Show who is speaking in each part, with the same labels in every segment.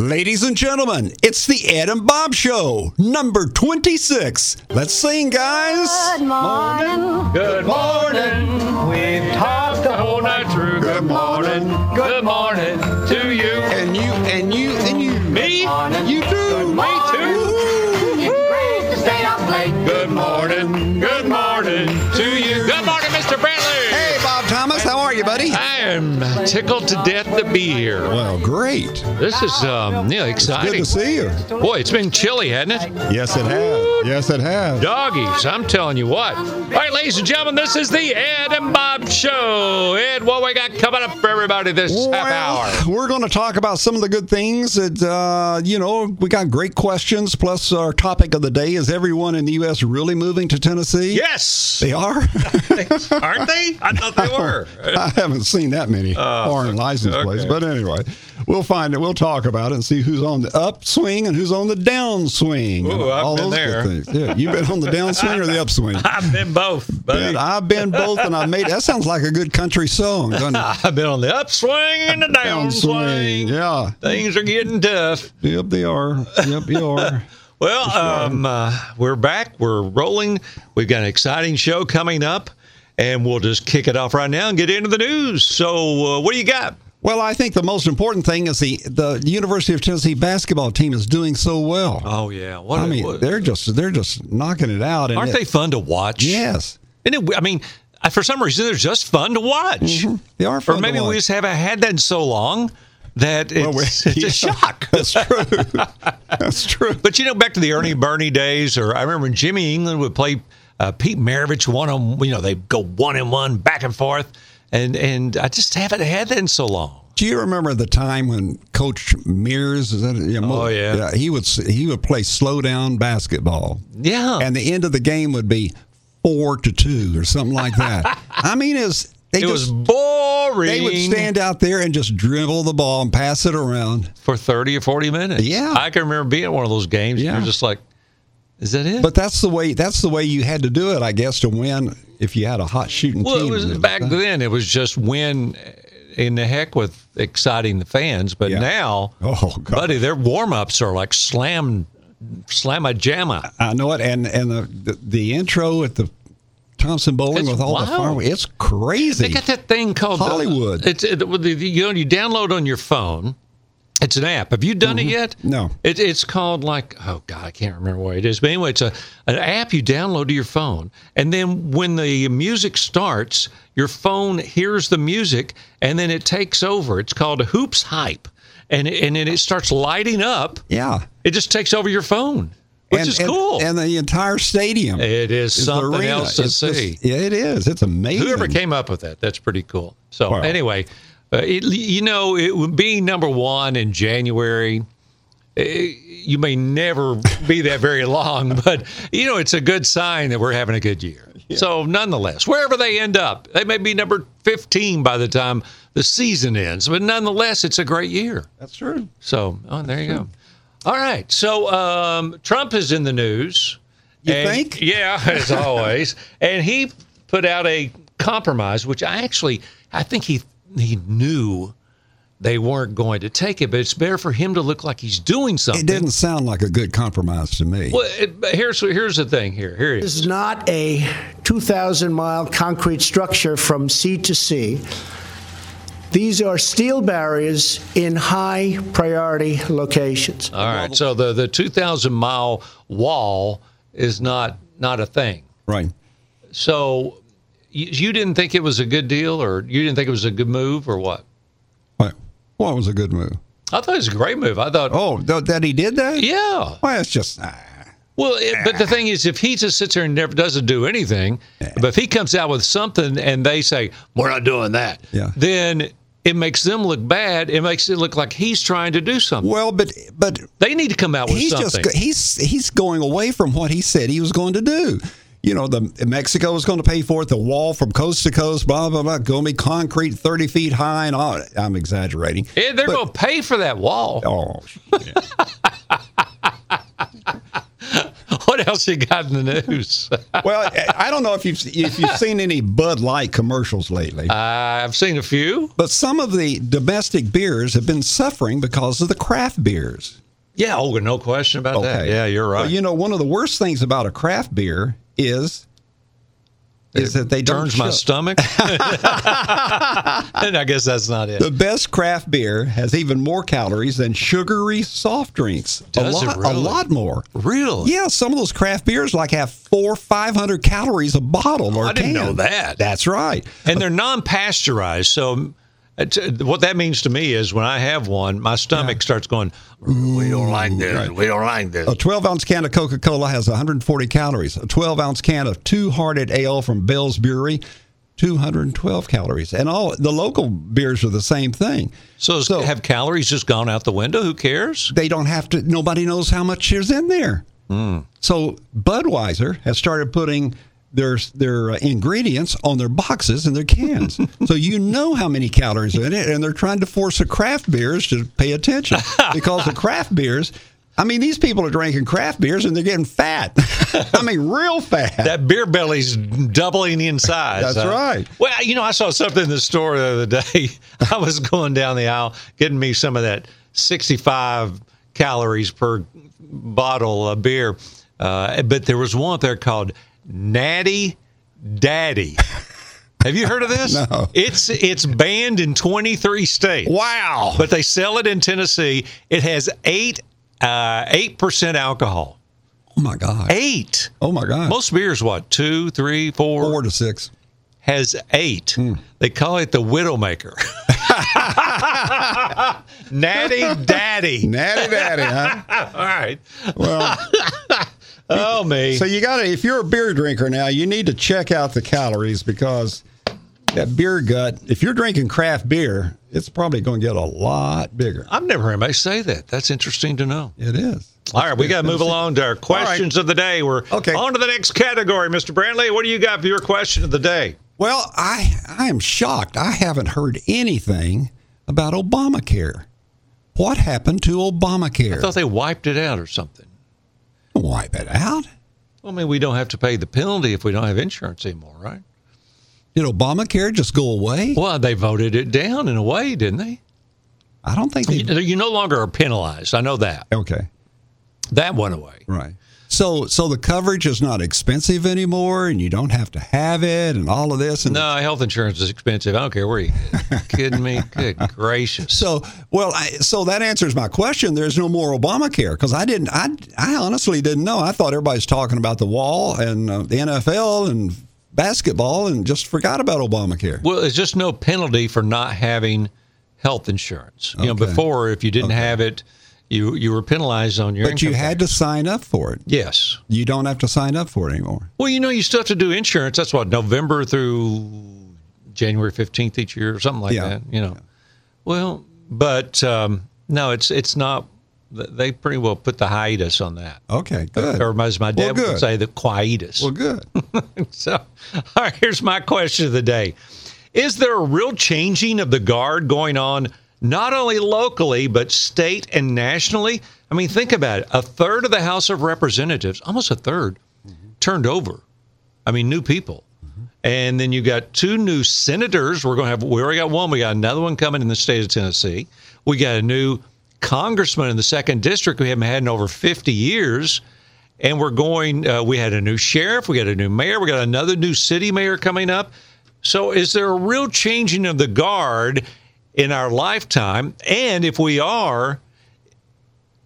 Speaker 1: Ladies and gentlemen, it's the Ed and Bob Show, number 26. Let's sing, guys.
Speaker 2: Good morning.
Speaker 3: Good morning. We've talked the whole night through. Good morning. Good morning to you.
Speaker 1: And you, and you, and you.
Speaker 3: Me?
Speaker 1: You do.
Speaker 3: Me too.
Speaker 1: Woo-hoo.
Speaker 2: Great to stay up late.
Speaker 3: Good morning. Good morning to you. Good morning, Mr. Brantley.
Speaker 1: Hey, Bob Thomas, how are you, buddy?
Speaker 3: I am tickled to death to be here.
Speaker 1: Well, great.
Speaker 3: This is um, yeah,
Speaker 1: Good
Speaker 3: exciting.
Speaker 1: to see you.
Speaker 3: Boy, it's been chilly, hasn't it?
Speaker 1: Yes, it has. Yes, it has.
Speaker 3: Doggies, I'm telling you what. All right, ladies and gentlemen, this is the Ed and Bob Show. Ed, what we got coming up for everybody this half hour?
Speaker 1: Well, we're going to talk about some of the good things that, uh, you know, we got great questions. Plus, our topic of the day is everyone in the U.S. really moving to Tennessee?
Speaker 4: Yes,
Speaker 1: They are?
Speaker 4: aren't they? I thought they were.
Speaker 1: I haven't seen that many
Speaker 4: Ah,
Speaker 1: foreign license plates. But anyway, we'll find it. We'll talk about it and see who's on the upswing and who's on the downswing. and
Speaker 4: Ooh, I've
Speaker 1: all
Speaker 4: been
Speaker 1: those
Speaker 4: there.
Speaker 1: good things. Yeah, you've been on the downswing or the upswing?
Speaker 4: I've been both, buddy.
Speaker 1: Man, I've been both and I've made that sounds like a good country song, doesn't it?
Speaker 4: I've been on the upswing and the downswing.
Speaker 1: Yeah.
Speaker 4: Things are getting tough.
Speaker 1: Yep, they are. Yep, you are.
Speaker 4: Well, um, uh, we're back. We're rolling. We've got an exciting show coming up, and we'll just kick it off right now and get into the news. So, uh, what do you got?
Speaker 1: Well, I think the most important thing is the the University of Tennessee basketball team is doing so well.
Speaker 4: Oh yeah, what?
Speaker 1: I mean, they're just they're just knocking it out. And
Speaker 4: aren't
Speaker 1: it-
Speaker 4: they fun to watch?
Speaker 1: Yes,
Speaker 4: Isn't it, I mean, I- for some reason, they're just fun to watch.
Speaker 1: they are.
Speaker 4: Or
Speaker 1: fun to
Speaker 4: maybe we
Speaker 1: watch.
Speaker 4: just haven't had that in so long that it's,
Speaker 1: we-
Speaker 4: it's a
Speaker 1: yeah.
Speaker 4: shock.
Speaker 1: That's true. That's true.
Speaker 4: But you know, back to the Ernie Bernie days, or I remember when Jimmy England would play uh, Pete Maravich one on. You know, they go one and one back and forth, and and I just haven't had that in so long.
Speaker 1: Do you remember the time when Coach Mears is that? Yeah, Mo-
Speaker 4: Oh, yeah.
Speaker 1: He would s- he would play slow down basketball,
Speaker 4: Yeah,
Speaker 1: and the end of the game would be four to two or something like that. I mean, is they
Speaker 4: it
Speaker 1: just
Speaker 4: was boring.
Speaker 1: they would stand out there and just dribble the ball and pass it around.
Speaker 4: for thirty or forty minutes.
Speaker 1: Yeah.
Speaker 4: I can remember being at one of those games.
Speaker 1: Yeah.
Speaker 4: and You're just like, is that it?
Speaker 1: But that's the way that's the way you had to do it, I guess, to win if you had a hot shooting
Speaker 4: well,
Speaker 1: team.
Speaker 4: it was back then. It was just win in the heck with exciting the fans. But
Speaker 1: Yeah.
Speaker 4: now,
Speaker 1: Oh, God.
Speaker 4: buddy, their warm ups are like slam, slam a jamma.
Speaker 1: I know it, and and the the, the intro at the Thompson Bowling
Speaker 4: It's
Speaker 1: with all the
Speaker 4: wild.
Speaker 1: farm, it's crazy.
Speaker 4: They got that thing called uh,
Speaker 1: Hollywood.
Speaker 4: It's it, with the- the- you know you download on your phone. It's an app. Have you done it yet?
Speaker 1: Mm-hmm. No.
Speaker 4: It, it's called like oh god, I can't remember what it is. But anyway, it's a an app you download to your phone, and then when the music starts, your phone hears the music, and then it takes over. It's called Hoops Hype, and it- and then it starts lighting up.
Speaker 1: yeah,
Speaker 4: It just takes over your phone, which
Speaker 1: and,
Speaker 4: is
Speaker 1: and-
Speaker 4: cool.
Speaker 1: and the entire stadium.
Speaker 4: it is
Speaker 1: is the
Speaker 4: something
Speaker 1: arena.
Speaker 4: else to
Speaker 1: It's just-
Speaker 4: see.
Speaker 1: yeah, it is. It's amazing.
Speaker 4: Whoever came up with that, that's pretty cool. So
Speaker 1: Wow.
Speaker 4: anyway, uh, it, you know, it, would being number one in January, eh, you may never be that very long, but you know, it's a good sign that we're having a good year. So nonetheless, wherever they end up, they may be number 15 by the time the season ends, but nonetheless, it's a great year.
Speaker 1: That's true.
Speaker 4: So, oh, there you go. All right. So, um, Trump is in the news.
Speaker 1: You
Speaker 4: And-
Speaker 1: think?
Speaker 4: Yeah, as always. and he put out a compromise, which I actually, I think he he knew they weren't going to take it, but it's better for him to look like he's doing something.
Speaker 1: It didn't sound like a good compromise to me.
Speaker 4: Well, it, but here's here's the thing. Here, here it is.
Speaker 5: This is not a 2,000 mile concrete structure from sea to sea. These are steel barriers in high priority locations.
Speaker 4: All right. So the the two thousand mile wall is not not a thing.
Speaker 1: Right.
Speaker 4: So you, you didn't think it was a good deal, or you didn't think it was a good move, or what?
Speaker 1: What? What was a good move?
Speaker 4: I thought it was a great move. I thought,
Speaker 1: Oh, th- that he did that?
Speaker 4: yeah.
Speaker 1: Well, it's just. ah.
Speaker 4: Well, it, but the thing is, if he just sits there and never doesn't do anything, but if he comes out with something and they say we're not doing that,
Speaker 1: Yeah.
Speaker 4: then it makes them look bad. It makes it look like he's trying to do something.
Speaker 1: Well, but but
Speaker 4: They need to come out with
Speaker 1: he's
Speaker 4: something.
Speaker 1: just he's he's going away from what he said he was going to do. You know, the Mexico was going to pay for it. The wall from coast to coast, blah blah blah, going to be concrete, thirty feet high, and all. I'm exaggerating.
Speaker 4: Yeah, they're
Speaker 1: but-
Speaker 4: going to pay for that wall.
Speaker 1: Oh,
Speaker 4: What what else you got in the news? Uh,
Speaker 1: Well, I- I don't know if you've if you've seen any Bud Light commercials lately,
Speaker 4: Uh, I've seen a few.
Speaker 1: but some of the domestic beers have been suffering because of the craft beers.
Speaker 4: Yeah, oh, no question about that. Yeah, you're right.
Speaker 1: Well, you know, one of the worst things about a craft beer is is that they don't
Speaker 4: turns my
Speaker 1: ship.
Speaker 4: stomach. and I guess that's not it.
Speaker 1: The best craft beer has even more calories than sugary soft drinks.
Speaker 4: Does
Speaker 1: a
Speaker 4: it
Speaker 1: lot, a
Speaker 4: really?
Speaker 1: lot more.
Speaker 4: Really?
Speaker 1: Yeah, some of those craft beers like have four, five hundred calories a bottle or
Speaker 4: I didn't
Speaker 1: can.
Speaker 4: know that.
Speaker 1: That's right.
Speaker 4: And they're non-pasteurized, so it's, uh, what that means to me is when I have one, my stomach starts going. We don't like this. We don't like this.
Speaker 1: A 12 ounce can of Coca Cola has 140 calories. A 12 ounce can of Two Hearted Ale from Bell's Brewery, 212 calories. And all the local beers are the same thing.
Speaker 4: So, it's-
Speaker 1: so-
Speaker 4: have calories just gone out the window? Who cares?
Speaker 1: They don't have to, nobody knows how much is in there.
Speaker 4: Mm.
Speaker 1: So Budweiser has started putting their their uh, ingredients on their boxes and their cans. so you know how many calories are in it, and they're trying to force the craft beers to pay attention because the craft beers. I mean, these people are drinking craft beers and they're getting fat. I mean, real fat.
Speaker 4: That beer belly's doubling in size.
Speaker 1: That's right.
Speaker 4: Well, you know, I saw something in the store the other day. I was going down the aisle getting me some of that 65 calories per bottle of beer. Uh, but there was one up there called Natty Daddy. Have you heard of this?
Speaker 1: No.
Speaker 4: It's it's banned in 23 states.
Speaker 1: wow.
Speaker 4: But they sell it in Tennessee. It has eight uh, eight percent alcohol.
Speaker 1: oh my god.
Speaker 4: Eight.
Speaker 1: Oh my god.
Speaker 4: Most beers, what two, three, four, Hmm.
Speaker 1: four to six.
Speaker 4: has eight. They call it the Widowmaker. Natty Daddy.
Speaker 1: Natty daddy, huh?
Speaker 4: All right.
Speaker 1: Well,
Speaker 4: Oh me.
Speaker 1: So you got to, if you're a beer drinker now, you need to check out the calories because that beer gut, if you're drinking craft beer, it's probably going to get a lot bigger.
Speaker 4: I've never heard anybody say that. That's interesting to know.
Speaker 1: It is.
Speaker 4: All right, we got to move along to our questions of the day. We're
Speaker 1: Okay.
Speaker 4: on to the next category, Mr. Brantley. What do you got for your question of the day?
Speaker 1: Well, I I am shocked. I haven't heard anything about Obamacare. What happened to Obamacare?
Speaker 4: I thought they wiped it out or something.
Speaker 1: Don't wipe it out.
Speaker 4: Well, I mean, we don't have to pay the penalty if we don't have insurance anymore, right?
Speaker 1: Did Obamacare just go away?
Speaker 4: Well, they voted it down in a way, didn't they?
Speaker 1: I don't think they.
Speaker 4: You, you no longer are penalized. I know that.
Speaker 1: Okay.
Speaker 4: That went away.
Speaker 1: Right. So so the coverage is not expensive anymore, and you don't have to have it, and all of this. And
Speaker 4: No, health insurance is expensive. I don't care where you get it. kidding me. Good gracious.
Speaker 1: So, well, I, so that answers my question. There's no more Obamacare because I didn't, I, I honestly didn't know. I thought everybody's talking about the wall and uh, the NFL and basketball and just forgot about Obamacare.
Speaker 4: Well, it's just no penalty for not having health insurance. You know,
Speaker 1: Okay.
Speaker 4: before if you didn't have it, you you were penalized on your.
Speaker 1: But you
Speaker 4: income
Speaker 1: had to
Speaker 4: tax.
Speaker 1: sign up for it.
Speaker 4: Yes.
Speaker 1: You don't have to sign up for it anymore.
Speaker 4: Well, you know, you still have to do insurance. That's what November through January fifteenth each year, or something like
Speaker 1: Yeah.
Speaker 4: that. You know. Well, but um, no, it's it's not. They pretty well put the hiatus on that.
Speaker 1: Okay, Oh, good.
Speaker 4: Or as my dad
Speaker 1: well,
Speaker 4: would
Speaker 1: good.
Speaker 4: say, the quietus.
Speaker 1: Well, good.
Speaker 4: So, all right, here's my question of the day Is there a real changing of the guard going on, not only locally, but state and nationally? I mean, think about it. A third of the House of Representatives, almost a 3rd turned over. I mean, new people. And then you got two new senators. We're going to have, we already got one. We got another one coming in the state of Tennessee. We got a new congressman in the second district we haven't had in over 50 years. And we're going, uh, we had a new sheriff, we got a new mayor, we got another new city mayor coming up. So is there a real changing of the guard in our lifetime? And if we are,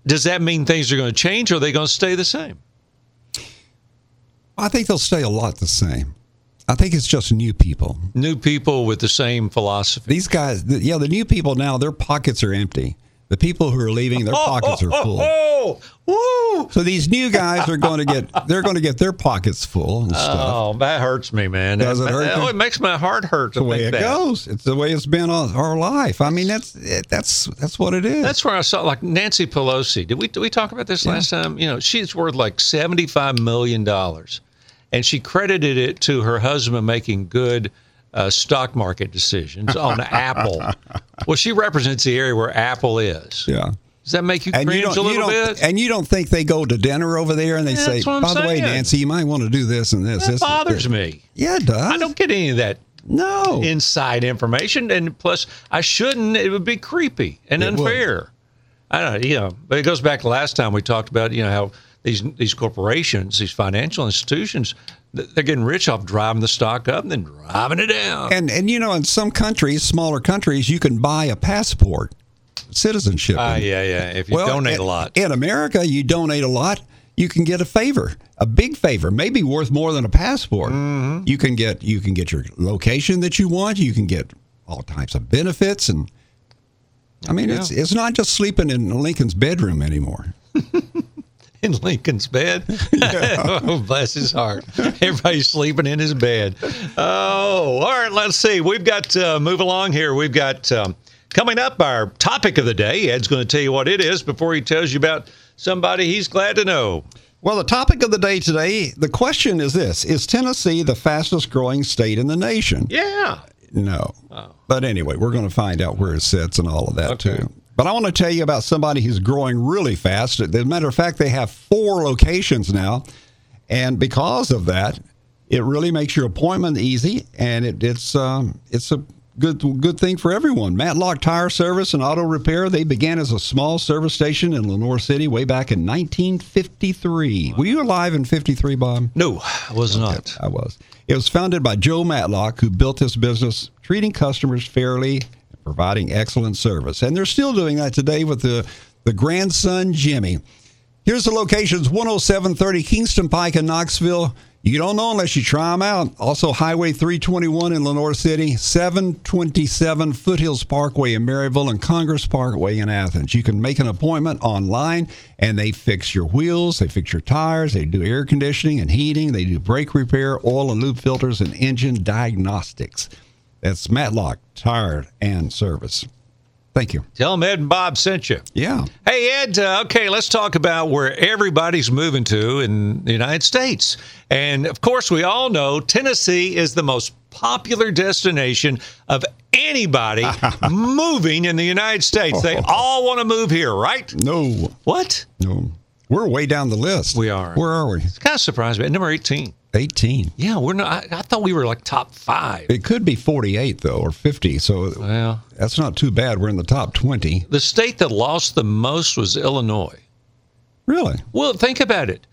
Speaker 4: does that mean things are going to change or are they going to stay the same?
Speaker 1: I think they'll stay a lot the same. I think it's just new people.
Speaker 4: New people with the same philosophy.
Speaker 1: These guys, the, yeah, the new people now, their pockets are empty. The people who are leaving, their pockets are full.
Speaker 4: Oh, woo!
Speaker 1: So these new guys are going to get they're going to get their pockets full and stuff.
Speaker 4: Oh, that hurts me, man.
Speaker 1: Does it
Speaker 4: That-
Speaker 1: hurt
Speaker 4: that-
Speaker 1: you?
Speaker 4: oh, it makes my heart hurt.
Speaker 1: It's the way it goes. It's the way it's been all our life. I mean, that's it, that's that's what it is.
Speaker 4: That's where I saw like Nancy Pelosi. Did we did we talk about this last time? You know, she's worth like seventy five million dollars, and she credited it to her husband making good uh, stock market decisions on Apple. Well, she represents the area where Apple is.
Speaker 1: yeah.
Speaker 4: Does that make you
Speaker 1: And
Speaker 4: cringe
Speaker 1: you don't,
Speaker 4: a
Speaker 1: you
Speaker 4: little
Speaker 1: don't,
Speaker 4: bit?
Speaker 1: and you don't think they go to dinner over there and they
Speaker 4: That's
Speaker 1: say,
Speaker 4: what I'm
Speaker 1: "By the way,
Speaker 4: saying.
Speaker 1: Nancy, you might want to do this and this."
Speaker 4: that
Speaker 1: this
Speaker 4: bothers
Speaker 1: this.
Speaker 4: me.
Speaker 1: Yeah, it does.
Speaker 4: I don't get any of that
Speaker 1: No.
Speaker 4: inside information, and plus, I shouldn't. It would be creepy and
Speaker 1: It would.
Speaker 4: unfair. I don't, you know, but it goes back to last time we talked about, you know, how these these corporations, these financial institutions, th- they're getting rich off driving the stock up and then driving it down.
Speaker 1: and and you know, in some countries, smaller countries, you can buy a passport, citizenship.
Speaker 4: Ah,
Speaker 1: in-
Speaker 4: yeah, yeah. If you
Speaker 1: Well,
Speaker 4: donate
Speaker 1: in-
Speaker 4: a lot,
Speaker 1: In America, you donate a lot, you can get a favor, a big favor, maybe worth more than a passport. You can get you can get your location that you want. You can get all types of benefits, and I mean, it's it's not just sleeping in Lincoln's bedroom anymore.
Speaker 4: in Lincoln's bed. oh, bless his heart. Everybody's sleeping in his bed. Oh, all right. Let's see. We've got uh, move along here. We've got um, coming up our topic of the day. Ed's going to tell you what it is before he tells you about somebody he's glad to know.
Speaker 1: Well, the topic of the day today, the question is this: Is Tennessee the fastest growing state in the nation?
Speaker 4: Yeah.
Speaker 1: No. But anyway, we're going to find out where it sits and all of that too. But I want to tell you about somebody who's growing really fast. As a matter of fact, they have four locations now. And because of that, it really makes your appointment easy and it, it's um, it's a good good thing for everyone. Matlock Tire Service and Auto Repair, they began as a small service station in Lenore City way back in 1953. Were you alive in 53, Bob?
Speaker 4: No, I was not.
Speaker 1: I was. It was founded by Joe Matlock, who built this business, treating customers fairly, and providing excellent service. And they're still doing that today with the, the grandson, Jimmy. Here's the locations 10730 Kingston Pike in Knoxville. You don't know unless you try them out. Also, Highway 321 in Lenore City, 727 Foothills Parkway in Maryville, and Congress Parkway in Athens. You can make an appointment online and they fix your wheels, they fix your tires, they do air conditioning and heating, they do brake repair, oil and lube filters, and engine diagnostics. That's Matlock Tire and Service. Thank you.
Speaker 4: Tell him Ed and Bob sent you.
Speaker 1: Yeah.
Speaker 4: Hey, Ed, uh, okay, let's talk about where everybody's moving to in the United States. And of course, we all know Tennessee is the most popular destination of anybody moving in the United States. They all want to move here, right?
Speaker 1: No,
Speaker 4: What?
Speaker 1: no. We're way down the list.
Speaker 4: We are.
Speaker 1: Where are we?
Speaker 4: Kind of surprised me. At Number 18.
Speaker 1: 18.
Speaker 4: Yeah, we're not, I, I thought we were like top five.
Speaker 1: It could be 48, though, or 50. So
Speaker 4: Well,
Speaker 1: that's not too bad. We're in the top 20.
Speaker 4: the state that lost the most was Illinois.
Speaker 1: Really?
Speaker 4: Well, think about it.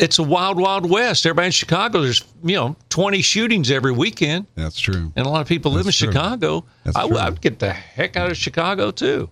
Speaker 4: It's a wild, wild west. Everybody in Chicago, there's, you know, 20 shootings every weekend.
Speaker 1: That's true.
Speaker 4: and a lot of people live in
Speaker 1: That's true.
Speaker 4: Chicago.
Speaker 1: That's
Speaker 4: I,
Speaker 1: true.
Speaker 4: I would get the heck out of Chicago too.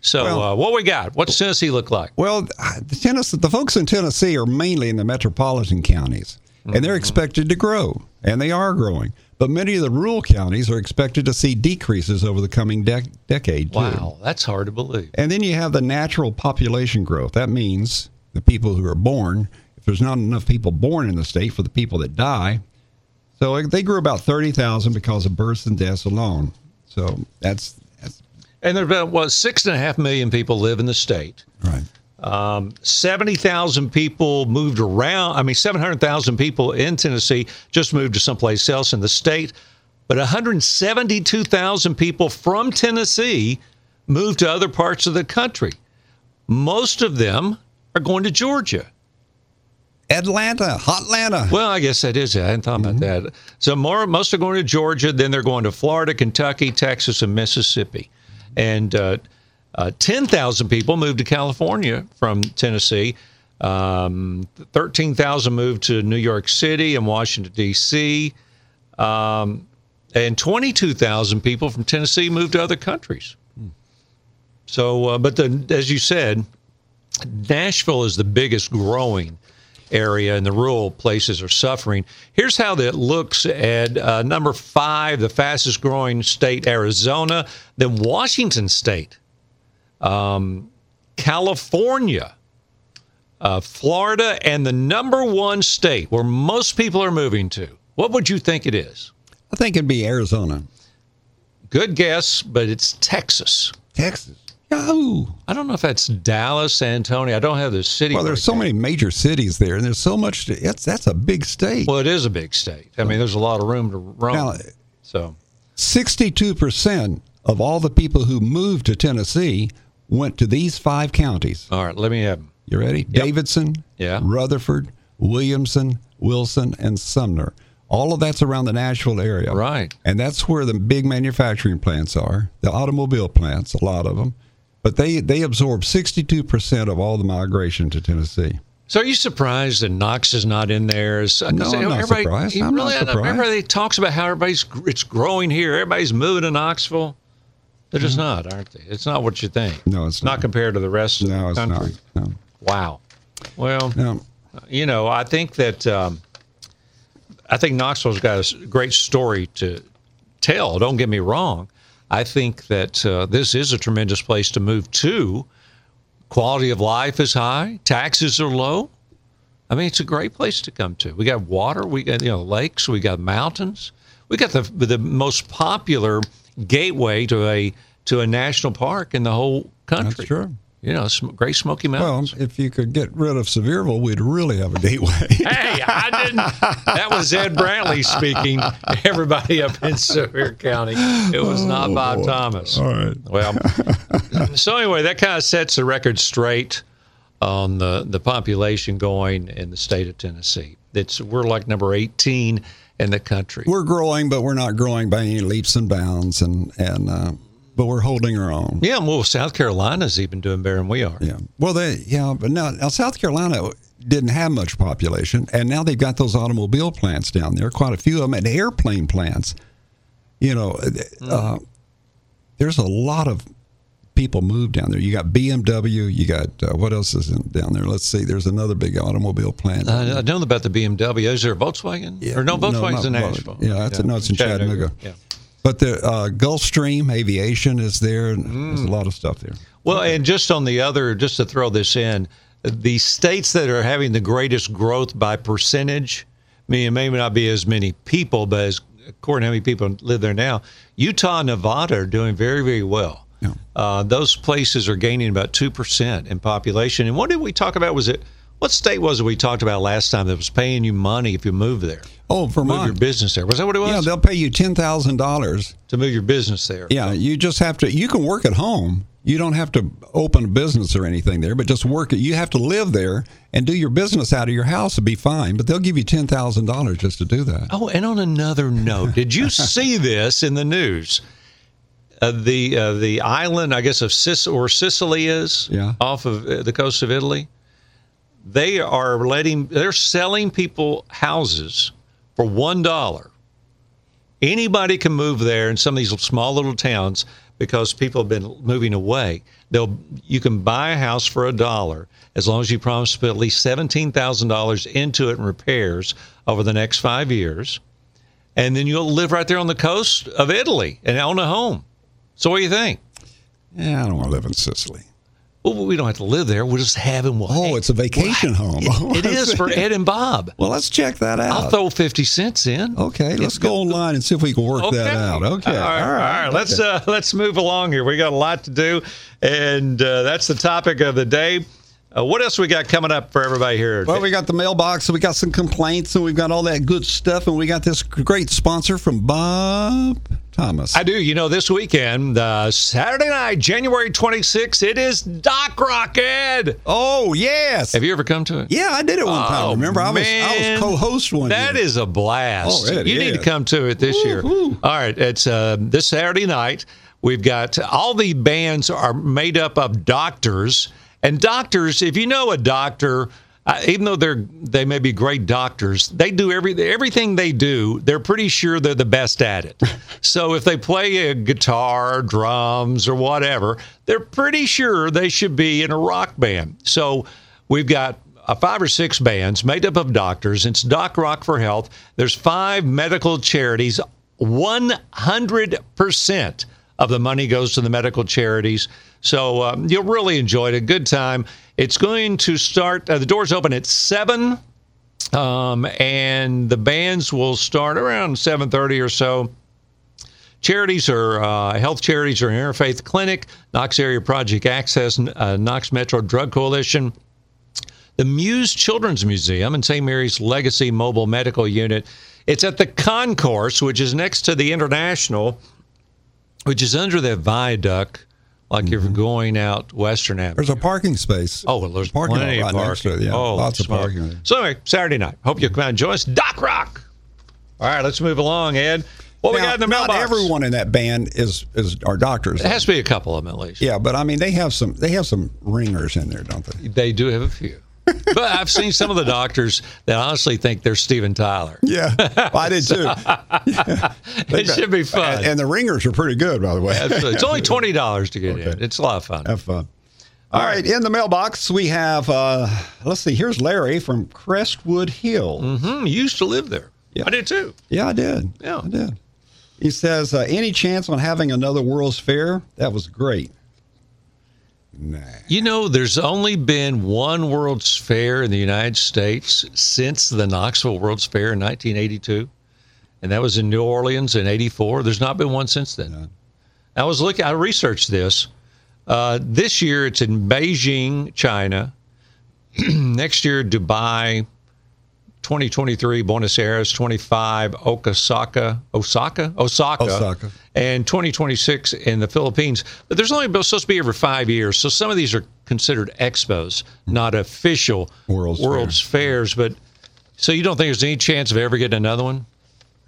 Speaker 4: So
Speaker 1: Well-
Speaker 4: uh, what we got? What's Tennessee look like?
Speaker 1: Well, the, Tennessee, the folks in Tennessee are mainly in the metropolitan counties, and they're expected to grow, and they are growing. But many of the rural counties are expected to see decreases over the coming dec decade, too.
Speaker 4: Wow, that's hard to believe.
Speaker 1: And then you have the natural population growth. That means the people who are born, if there's not enough people born in the state for the people that die. So they grew about 30,000 because of births and deaths alone. So that's, that's
Speaker 4: And there's about what six and a half million people live in the state. Um,
Speaker 1: right.
Speaker 4: Seventy thousand people moved around. I mean, seven hundred thousand people in Tennessee just moved to someplace else in the state, but one hundred seventy-two thousand people from Tennessee moved to other parts of the country. Most of them are going to Georgia.
Speaker 1: Atlanta, hot Atlanta.
Speaker 4: Well, I guess that is it. I hadn't thought about that. So more most are going to Georgia, then they're going to Florida, Kentucky, Texas, and Mississippi, and uh, uh, ten thousand people moved to California from Tennessee. Um, Thirteen thousand moved to New York City and Washington D.C. Um, and twenty-two thousand people from Tennessee moved to other countries. So, uh, but the, as you said, Nashville is the biggest growing area, and the rural places are suffering. Here's how that looks at uh, number five, the fastest growing state, Arizona, then Washington State, um, California, uh, Florida, and the number one state where most people are moving to. What would you think it is?
Speaker 1: I think it'd be Arizona,
Speaker 4: Good guess, but it's Texas.
Speaker 1: Texas. Yahoo.
Speaker 4: I don't know if that's Dallas, San Antonio. I don't have the city.
Speaker 1: Well, there's so
Speaker 4: breakdown.
Speaker 1: many major cities there, and there's so much. To, it's, that's a big state.
Speaker 4: Well, it is a big state. I mean, there's a lot of room to roam.
Speaker 1: Now-
Speaker 4: so,
Speaker 1: 62% of all the people who moved to Tennessee went to these five counties.
Speaker 4: All right, let me have. 'em.
Speaker 1: You ready? Davidson,
Speaker 4: Yeah.
Speaker 1: Rutherford, Williamson, Wilson, and Sumner. All of that's around the Nashville area.
Speaker 4: Right.
Speaker 1: And that's where the big manufacturing plants are, the automobile plants, a lot of them. But they, they absorb 62% of all the migration to Tennessee.
Speaker 4: So are you surprised that Knox is not in there? Is- 'cause
Speaker 1: No, I'm not
Speaker 4: everybody-
Speaker 1: surprised.
Speaker 4: you
Speaker 1: I'm not
Speaker 4: really- Everybody
Speaker 1: surprised.
Speaker 4: talks about how everybody's gr- it's growing here. Everybody's moving to Knoxville. They're just not, aren't they? It's not what you think.
Speaker 1: Mm-hmm. No, it's
Speaker 4: not,
Speaker 1: not.
Speaker 4: compared to the rest of
Speaker 1: No,
Speaker 4: the
Speaker 1: it's
Speaker 4: country.
Speaker 1: not. No.
Speaker 4: Wow. Well,
Speaker 1: No.
Speaker 4: you know, I think that um, I think Knoxville's got a s- great story to tell. Don't get me wrong. I think that uh, this is a tremendous place to move to. Quality of life is high. Taxes are low. I mean, it's a great place to come to. We got water. We got you know lakes. We got mountains. We got the the most popular gateway to a to a national park in the whole country.
Speaker 1: That's true.
Speaker 4: You know, sm- great Smoky
Speaker 1: Well,
Speaker 4: Mountains.
Speaker 1: if you could get rid of Sevierville, we'd really have a gateway.
Speaker 4: Hey, I didn't. That was Ed Brantley speaking. Everybody up in Sevier County. It was not Bob Thomas.
Speaker 1: Oh, All right.
Speaker 4: Well, so anyway, that kind of sets the record straight on the, the population going in the state of Tennessee. It's we're like number eighteen in the country.
Speaker 1: We're growing, but we're not growing by any leaps and bounds, and, and uh, but we're holding our own.
Speaker 4: yeah, well, South Carolina's even doing better than we are.
Speaker 1: Yeah. Well, they yeah, but now, now South Carolina didn't have much population, and now they've got those automobile plants down there, quite a few of them, and airplane plants. You know, uh, there's a lot of people move down there. You got BMW. You got uh, what else is in, down there? Let's see. There's another big automobile plant.
Speaker 4: I I don't know about the BMW. Is there a Volkswagen?
Speaker 1: Yeah.
Speaker 4: Or no,
Speaker 1: No,
Speaker 4: Volkswagen's
Speaker 1: not
Speaker 4: in
Speaker 1: Vol-
Speaker 4: Nashville.
Speaker 1: yeah, that's it. No, it's in Chattanooga.
Speaker 4: Yeah.
Speaker 1: But the uh, Gulfstream Aviation is there, and there's
Speaker 4: Mm.
Speaker 1: a lot of stuff there.
Speaker 4: Well, and just on the other, just to throw this in, the states that are having the greatest growth by percentage, I mean, it may not be as many people, but as according to how many people live there now, Utah and Nevada are doing very, very well.
Speaker 1: Yeah.
Speaker 4: Uh, those places are gaining about 2% in population. And what did we talk about? Was it, what state was it we talked about last time that was paying you money if you move there?
Speaker 1: Oh,
Speaker 4: Move your
Speaker 1: Vermont.
Speaker 4: business there. Was that what it was?
Speaker 1: Yeah, they'll pay you ten thousand dollars
Speaker 4: to move your business there.
Speaker 1: Yeah, you just have to. You can work at home. You don't have to open a business or anything there, but just work. it. You have to live there and do your business out of your house and be fine. But they'll give you ten thousand dollars just to do that.
Speaker 4: Oh, and on another note, did you see this in the news? Uh, the uh, the island, I guess, of Sic- or Sicily is
Speaker 1: Yeah.
Speaker 4: off of uh, the coast of Italy. They are letting they're selling people houses for one dollar. Anybody can move there in some of these small little towns because people have been moving away. They'll you can buy a house for a dollar as long as you promise to put at least seventeen thousand dollars into it in repairs over the next five years, and then you'll live right there on the coast of Italy and own a home. So what do you think?
Speaker 1: Yeah, I don't want to live in Sicily.
Speaker 4: Well, we don't have to live there. We'll just have him.
Speaker 1: Oh, it's a vacation home.
Speaker 4: it is for Ed and Bob.
Speaker 1: Well, let's check that
Speaker 4: I'll
Speaker 1: out.
Speaker 4: throw fifty cents in.
Speaker 1: okay, let's go online and see if we can work that out. Okay,
Speaker 4: All right. All right. Let's uh, let's move along here. We got a lot to do, and uh, that's the topic of the day. Uh, what else we got coming up for everybody here?
Speaker 1: Well, we got the mailbox, and we got some complaints, and we've got all that good stuff, and we got this great sponsor from Bob Thomas.
Speaker 4: I do. You know, this weekend, uh, Saturday night, January 26th, it is Doc Rocket.
Speaker 1: oh yes,
Speaker 4: Have you ever come to it?
Speaker 1: Yeah, I did it one time.
Speaker 4: Oh,
Speaker 1: Remember, I was I was
Speaker 4: man.
Speaker 1: co-host one.
Speaker 4: That
Speaker 1: year.
Speaker 4: is a blast.
Speaker 1: Oh, it
Speaker 4: you need to
Speaker 1: is.
Speaker 4: come to it this year.
Speaker 1: Woo-hoo.
Speaker 4: All right, it's uh, this Saturday night. We've got all the bands are made up of doctors, and doctors. If you know a doctor, uh, even though they're they may be great doctors, they do every everything they do. They're pretty sure they're the best at it. so if they play a guitar, drums, or whatever, they're pretty sure they should be in a rock band. So we've got uh, five or six bands made up of doctors. It's Doc Rock for Health. There's five medical charities. 100% of the money goes to the medical charities. So um, you'll really enjoy it. A good time. It's going to start, uh, the doors open at 7. Um, and the bands will start around 7.30 or so charities are uh, health charities are interfaith clinic knox area project access uh, knox metro drug coalition the Muse Children's Museum and St. Mary's Legacy Mobile Medical Unit. It's at the concourse, which is next to the International, which is under the viaduct like you're going out Western Avenue.
Speaker 1: There's a parking space.
Speaker 4: Oh, well, there's
Speaker 1: parking lot
Speaker 4: plenty
Speaker 1: right
Speaker 4: of
Speaker 1: next
Speaker 4: parking.
Speaker 1: to it. Yeah,
Speaker 4: oh,
Speaker 1: lots of
Speaker 4: smart.
Speaker 1: parking.
Speaker 4: So anyway, Saturday night. Hope you come out and join us. Doc Rock. All right, let's move along, Ed. What we
Speaker 1: Now,
Speaker 4: got in the
Speaker 1: not
Speaker 4: mailbox?
Speaker 1: everyone in that band is is our doctors.
Speaker 4: It has to be a couple of them at least.
Speaker 1: Yeah, but I mean they have some they have some ringers in there, don't they?
Speaker 4: They do have a few. but I've seen some of the doctors that honestly think they're Steven Tyler.
Speaker 1: Yeah, I did too.
Speaker 4: It should be fun.
Speaker 1: And, and the ringers are pretty good, by the way.
Speaker 4: Absolutely. It's only twenty dollars to get in. It's a lot of fun.
Speaker 1: Have fun. All right, in the mailbox we have. Uh, let's see. Here's Larry from Crestwood Hill.
Speaker 4: Hmm, you used to live there.
Speaker 1: Yeah.
Speaker 4: I did too.
Speaker 1: Yeah, I did.
Speaker 4: Yeah.
Speaker 1: I did. He says, uh, "Any chance on having another World's Fair? That was great." Nah.
Speaker 4: You know, there's only been one World's Fair in the United States since the Knoxville World's Fair in 1982, and that was in New Orleans in '84. There's not been one since then. I was looking. I researched this. Uh, this year, it's in Beijing, China. Next year, Dubai. 2023, Buenos Aires. 25, Osaka. Osaka. Osaka.
Speaker 1: Osaka.
Speaker 4: And 2026 in the Philippines. But there's only been supposed to be every five years, so some of these are considered expos, not official
Speaker 1: World's
Speaker 4: fairs. But so you don't think there's any chance of ever getting another one?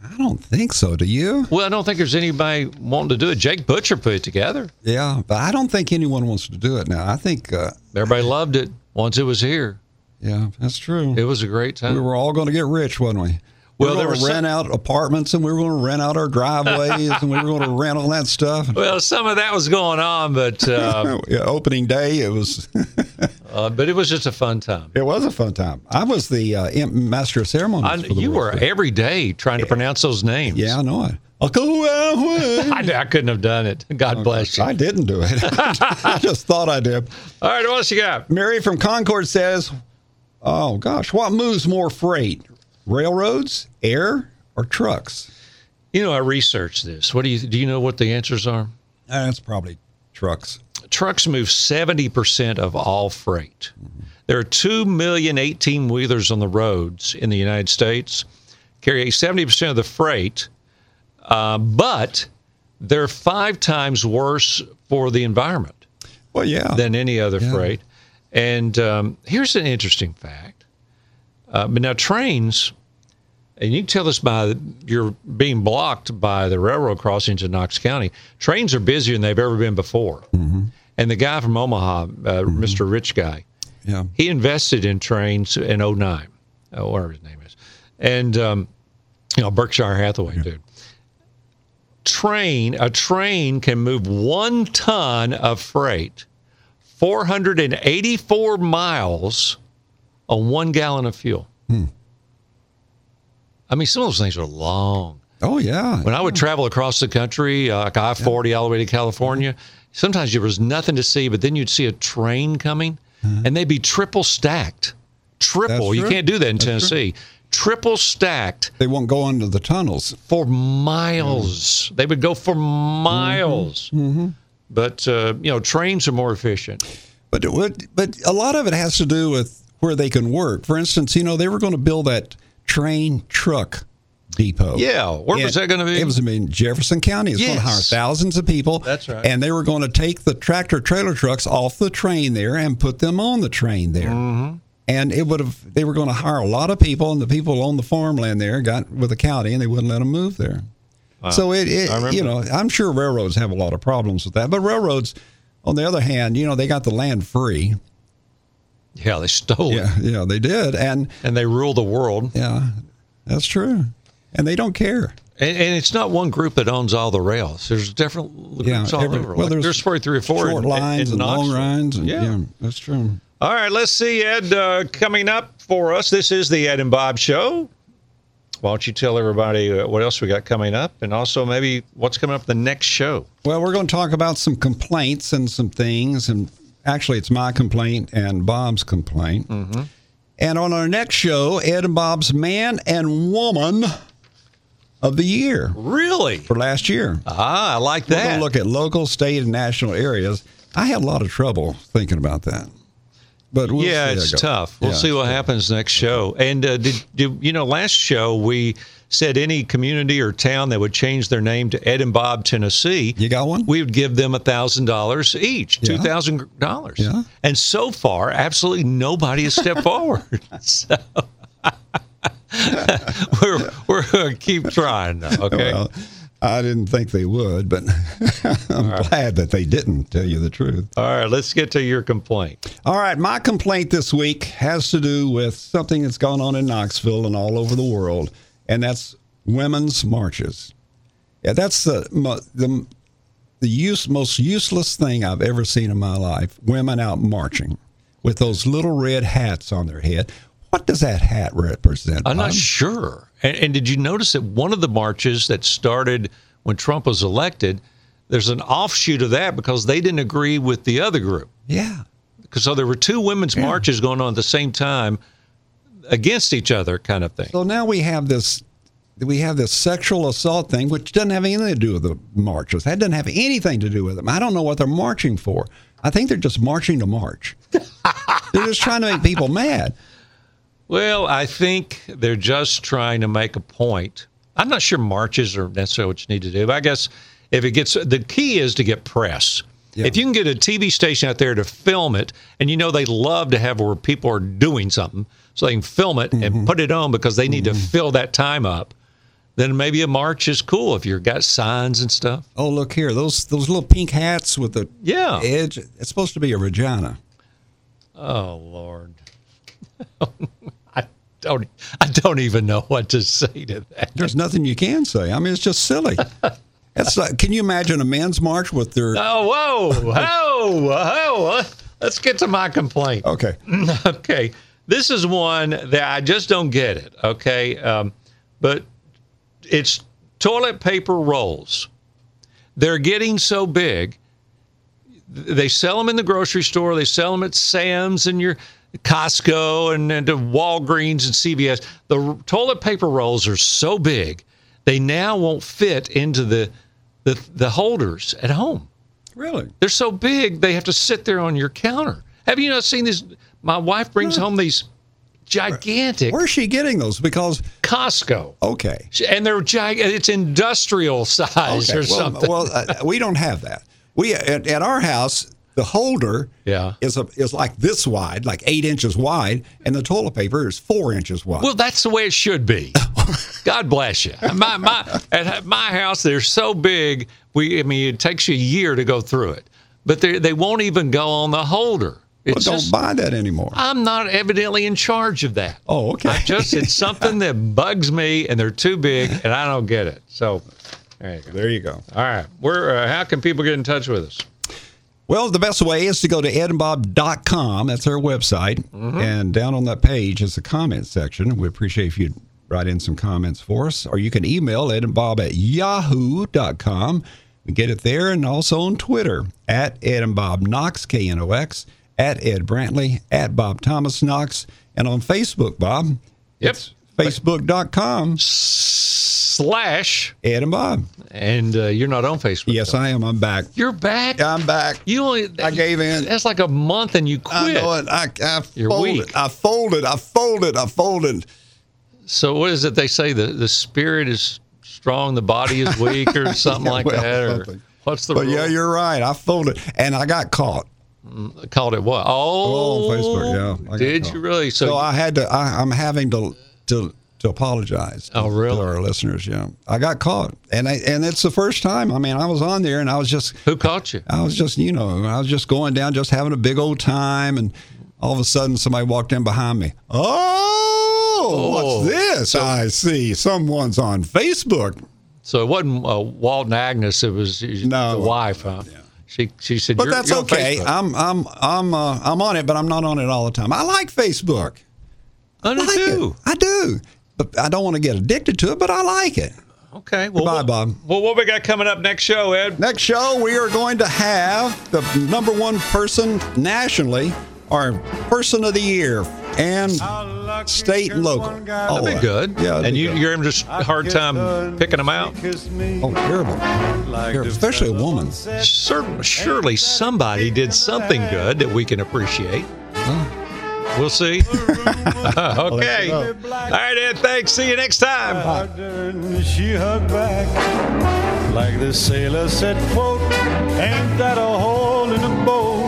Speaker 1: I don't think so. Do you?
Speaker 4: Well, I don't think there's anybody wanting to do it. Jake Butcher put it together.
Speaker 1: Yeah, but I don't think anyone wants to do it now. I think, uh,
Speaker 4: Everybody loved it once it was here.
Speaker 1: yeah, that's true.
Speaker 4: It was a great time.
Speaker 1: we were all going to get rich, wasn't we? We
Speaker 4: Well,
Speaker 1: were
Speaker 4: there
Speaker 1: going to
Speaker 4: were
Speaker 1: rent out apartments, and we were going to rent out our driveways, and we were going to rent all that stuff.
Speaker 4: well, some of that was going on, but uh,
Speaker 1: Oh, Yeah, opening day, it was
Speaker 4: uh, but it was just a fun time.
Speaker 1: it was a fun time. I was the uh, imp- master of ceremonies.
Speaker 4: I,
Speaker 1: for the
Speaker 4: you
Speaker 1: World's
Speaker 4: were
Speaker 1: Fair.
Speaker 4: every day trying to pronounce those names.
Speaker 1: yeah, I know it. I'll go out with-
Speaker 4: I, I couldn't have done it. God bless you.
Speaker 1: I didn't do it. I just thought I did.
Speaker 4: All right, what else you got?
Speaker 1: Mary from Concord says, "Oh gosh, what moves more freight? Railroads, air, or trucks?"
Speaker 4: You know, I researched this. What do you do? You know what the answers are?
Speaker 1: Uh, That's probably trucks.
Speaker 4: Trucks move seventy percent of all freight. There are two million eighteen wheelers on the roads in the United States, carry seventy percent of the freight, uh, but they're five times worse for the environment.
Speaker 1: Well, yeah.
Speaker 4: than any other
Speaker 1: Yeah.
Speaker 4: freight. And um, here's an interesting fact. Uh, but now trains, and you can tell this by you're being blocked by the railroad crossings in Knox County. Trains are busier than they've ever been before.
Speaker 1: Mm-hmm.
Speaker 4: And the guy from Omaha, uh, Mr. Rich Guy,
Speaker 1: yeah.
Speaker 4: he invested in trains in 09, uh, whatever his name is. And, um, you know, Berkshire Hathaway, dude. Train, a train can move one ton of freight, 484 miles on one gallon of fuel. I mean, some of those things are long.
Speaker 1: Oh, yeah.
Speaker 4: When I would travel across the country, uh, like I 40 all the way to California, sometimes there was nothing to see, but then you'd see a train coming and they'd be triple stacked. Triple.
Speaker 1: Mm-hmm. That's
Speaker 4: you
Speaker 1: true.
Speaker 4: can't do that in Tennessee. Triple stacked
Speaker 1: they won't go into the tunnels.
Speaker 4: for miles.
Speaker 1: Mm-hmm.
Speaker 4: They would go for miles. But, uh, you know, trains are more efficient.
Speaker 1: But it would, but a lot of it has to do with where they can work. For instance, you know, they were going to build that train truck depot.
Speaker 4: Yeah. Where was
Speaker 1: And
Speaker 4: that going to be?
Speaker 1: It was in Jefferson County. It's going to hire
Speaker 4: Yes.
Speaker 1: thousands of people.
Speaker 4: That's right.
Speaker 1: And they were going to take the tractor trailer trucks off the train there and put them on the train there. Mm-hmm. And it would have. They were going to hire a lot of people, and the people on the farmland there got with the county, and they wouldn't let them move there. So it,
Speaker 4: I
Speaker 1: it
Speaker 4: remember.
Speaker 1: you know, I'm sure railroads have a lot of problems with that. But railroads, on the other hand, you know, they got the land free.
Speaker 4: yeah, they stole
Speaker 1: Yeah,
Speaker 4: it.
Speaker 1: yeah, they did, and
Speaker 4: And they rule the world.
Speaker 1: yeah, that's true. And they don't care.
Speaker 4: And, and it's not one group that owns all the rails. There's different groups
Speaker 1: Yeah,
Speaker 4: all
Speaker 1: every-
Speaker 4: over.
Speaker 1: well,
Speaker 4: Like,
Speaker 1: there's
Speaker 4: there's, probably three or four
Speaker 1: short
Speaker 4: in,
Speaker 1: lines
Speaker 4: in
Speaker 1: and long
Speaker 4: Knoxville.
Speaker 1: lines. And,
Speaker 4: Yeah.
Speaker 1: yeah. that's true.
Speaker 4: All right, let's see Ed uh, coming up for us. This is the Ed and Bob Show. Why don't you tell everybody uh, what else we got coming up, and also maybe what's coming up the next show?
Speaker 1: Well, we're going to talk about some complaints and some things, and actually, it's my complaint and Bob's complaint.
Speaker 4: Mm-hmm.
Speaker 1: And on our next show, Ed and Bob's Man and Woman of the Year
Speaker 4: Really?
Speaker 1: for last year.
Speaker 4: Ah, I like
Speaker 1: We're going
Speaker 4: that.
Speaker 1: to look at local, state, and national areas. I had a lot of trouble thinking about that. But we'll
Speaker 4: yeah,
Speaker 1: see how it
Speaker 4: it's
Speaker 1: goes.
Speaker 4: tough. We'll
Speaker 1: Yeah.
Speaker 4: see what happens next show. And uh, did, did you know? Last show we said any community or town that would change their name to Ed and Bob, Tennessee.
Speaker 1: You got one?
Speaker 4: We would give them a thousand dollars each,
Speaker 1: Yeah.
Speaker 4: two thousand dollars.
Speaker 1: Yeah.
Speaker 4: And so far, absolutely nobody has stepped forward. So. we're we're gonna keep trying though, okay?
Speaker 1: Well, I didn't think they would, but I'm glad that they didn't. Tell you the truth.
Speaker 4: All right, let's get to your complaint.
Speaker 1: All right, my complaint this week has to do with something that's gone on in Knoxville and all over the world, and that's women's marches. Yeah, that's the mo- the the use, most useless thing I've ever seen in my life. Women out marching with those little red hats on their head. What does that hat represent?
Speaker 4: I'm not
Speaker 1: Bob?
Speaker 4: sure. And, and did you notice that one of the marches that started when Trump was elected, there's an offshoot of that because they didn't agree with the other group.
Speaker 1: Yeah.
Speaker 4: 'Cause- So there were two women's marches going on at the same time against each other, kind of thing.
Speaker 1: So now we have this we have this sexual assault thing, which doesn't have anything to do with the marches. That doesn't have anything to do with them. I don't know what they're marching for. I think they're just marching to march. they're just trying to make people mad.
Speaker 4: Well, I think they're just trying to make a point. I'm not sure marches are necessarily what you need to do, but I guess if it gets the key is to get press.
Speaker 1: Yeah.
Speaker 4: If you can get a TV station out there to film it, and you know they love to have where people are doing something, so they can film it and put it on because they need to fill that time up, then maybe a march is cool if you've got signs and stuff.
Speaker 1: Oh, look here, those those little pink hats with the
Speaker 4: Yeah.
Speaker 1: edge. It's supposed to be a Regina.
Speaker 4: Oh Lord, I don't, I don't even know what to say to that.
Speaker 1: There's nothing you can say. I mean, it's just silly. That's like, can you imagine a men's march with their
Speaker 4: Oh, whoa, whoa, whoa. Let's get to my complaint.
Speaker 1: okay?
Speaker 4: Mm. Okay. This is one that I just don't get it. Okay. Um, but it's toilet paper rolls. They're getting so big. They sell them in the grocery store, they sell them at Sam's and your Costco and, and to Walgreens and CVS. The r- toilet paper rolls are so big, they now won't fit into the, the, the holders at home.
Speaker 1: Really?
Speaker 4: They're so big they have to sit there on your counter. Have you not seen these? My wife brings home these gigantic
Speaker 1: Where's she getting those? Because
Speaker 4: Costco,
Speaker 1: okay,
Speaker 4: and they're gig- It's industrial size
Speaker 1: Okay,
Speaker 4: or
Speaker 1: well,
Speaker 4: something.
Speaker 1: Well, uh, we don't have that. We at, at our house, the holder
Speaker 4: Yeah.
Speaker 1: is a, is like this wide, like eight inches wide, and the toilet paper is four inches wide.
Speaker 4: Well, that's the way it should be. God bless you. My my at my house, they're so big. We I mean, it takes you a year to go through it, but they they won't even go on the holder.
Speaker 1: But
Speaker 4: It's
Speaker 1: don't
Speaker 4: just,
Speaker 1: buy that anymore.
Speaker 4: I'm not evidently in charge of that.
Speaker 1: Oh, okay.
Speaker 4: I just it's something that bugs me, and they're too big, and I don't get it. So, there you go.
Speaker 1: there you go.
Speaker 4: All right, where uh, how can people get in touch with us?
Speaker 1: Well, the best way is to go to edandbob.com. That's our website. And down on that page is the comment section. We appreciate if you'd write in some comments for us. Or you can email edandbob at yahoo.com. We get it there and also on Twitter at edandbobnox, K-N-O-X, at Ed Brantley, at Bob Thomas Knox, and on Facebook, Bob.
Speaker 4: Yep.
Speaker 1: It's Facebook.com,
Speaker 4: Slash,
Speaker 1: Ed and Bob.
Speaker 4: and uh, you're not on Facebook.
Speaker 1: Yes, I am. I'm back.
Speaker 4: you're back.
Speaker 1: I'm back.
Speaker 4: you only
Speaker 1: I gave in.
Speaker 4: That's like a month, and you
Speaker 1: I
Speaker 4: quit.
Speaker 1: know it. I, I
Speaker 4: You're
Speaker 1: folded.
Speaker 4: weak.
Speaker 1: I folded. I folded. I folded.
Speaker 4: So what is it they say? The the spirit is strong, the body is weak, or something like
Speaker 1: well,
Speaker 4: that. Or
Speaker 1: something.
Speaker 4: what's the
Speaker 1: But
Speaker 4: rule?
Speaker 1: yeah, you're right. I folded, and I got caught.
Speaker 4: called it what? Oh,
Speaker 1: Oh, on Facebook. Yeah. I got
Speaker 4: Did
Speaker 1: caught.
Speaker 4: you really?
Speaker 1: So, I had to. I, I'm having to to to apologize. to-
Speaker 4: Oh, really?
Speaker 1: To our listeners, yeah. I got caught, and I, and it's the first time. I mean, I was on there, and I was just
Speaker 4: who caught you?
Speaker 1: I was just you know I was just going down, just having a big old time, and all of a sudden somebody walked in behind me. Oh,
Speaker 4: Oh.
Speaker 1: what's this? I see someone's on Facebook.
Speaker 4: So it wasn't uh, Walton Agnes. It was his-
Speaker 1: No.
Speaker 4: the wife. Huh? She she said,
Speaker 1: But
Speaker 4: "You're-
Speaker 1: that's
Speaker 4: you're on
Speaker 1: okay.
Speaker 4: Facebook."
Speaker 1: I'm I'm I'm uh, I'm on it, but I'm not on it all the time. I like Facebook.
Speaker 4: I
Speaker 1: I
Speaker 4: do
Speaker 1: like
Speaker 4: too.
Speaker 1: it. I do. But I don't want to get addicted to it, but I like it.
Speaker 4: Okay. Well,
Speaker 1: Goodbye,
Speaker 4: what-
Speaker 1: Bob.
Speaker 4: Well, what we got coming up next show, Ed?
Speaker 1: Next show, we are going to have the number one person nationally, our person of the year, and oh, state and local. Oh,
Speaker 4: That'd be good.
Speaker 1: Yeah, that'd
Speaker 4: And
Speaker 1: be
Speaker 4: you,
Speaker 1: good.
Speaker 4: you're having just a hard time picking them out.
Speaker 1: oh, terrible. Terrible. Especially a woman.
Speaker 4: Certainly, surely somebody did something good that we can appreciate. We'll see. okay. All right, Ed. Thanks. See you next time.
Speaker 6: Pattern she hugged back like the sailor said, quote, ain't that a hole in a boat?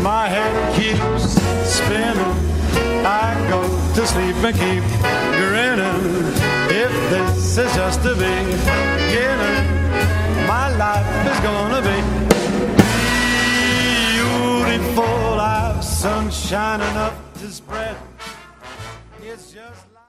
Speaker 6: My head keeps spinning. I go to sleep and keep grinning. If this is just the beginning, my life is gonna be beautiful. I've sunshine enough to spread. It's just like